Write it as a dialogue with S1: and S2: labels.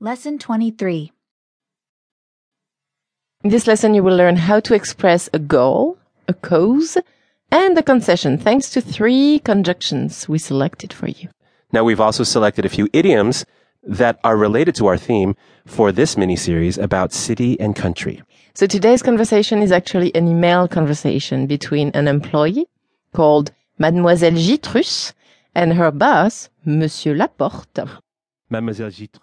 S1: Lesson 23
S2: In this lesson, you will learn how to express a goal, a cause, and a concession thanks to three conjunctions we selected for you.
S3: Now, we've also selected a few idioms that are related to our theme for this mini series about city and country.
S2: So today's conversation is actually an email conversation between an employee called Mademoiselle Gitrus and her boss, Monsieur Laporte.
S3: Mademoiselle Gitre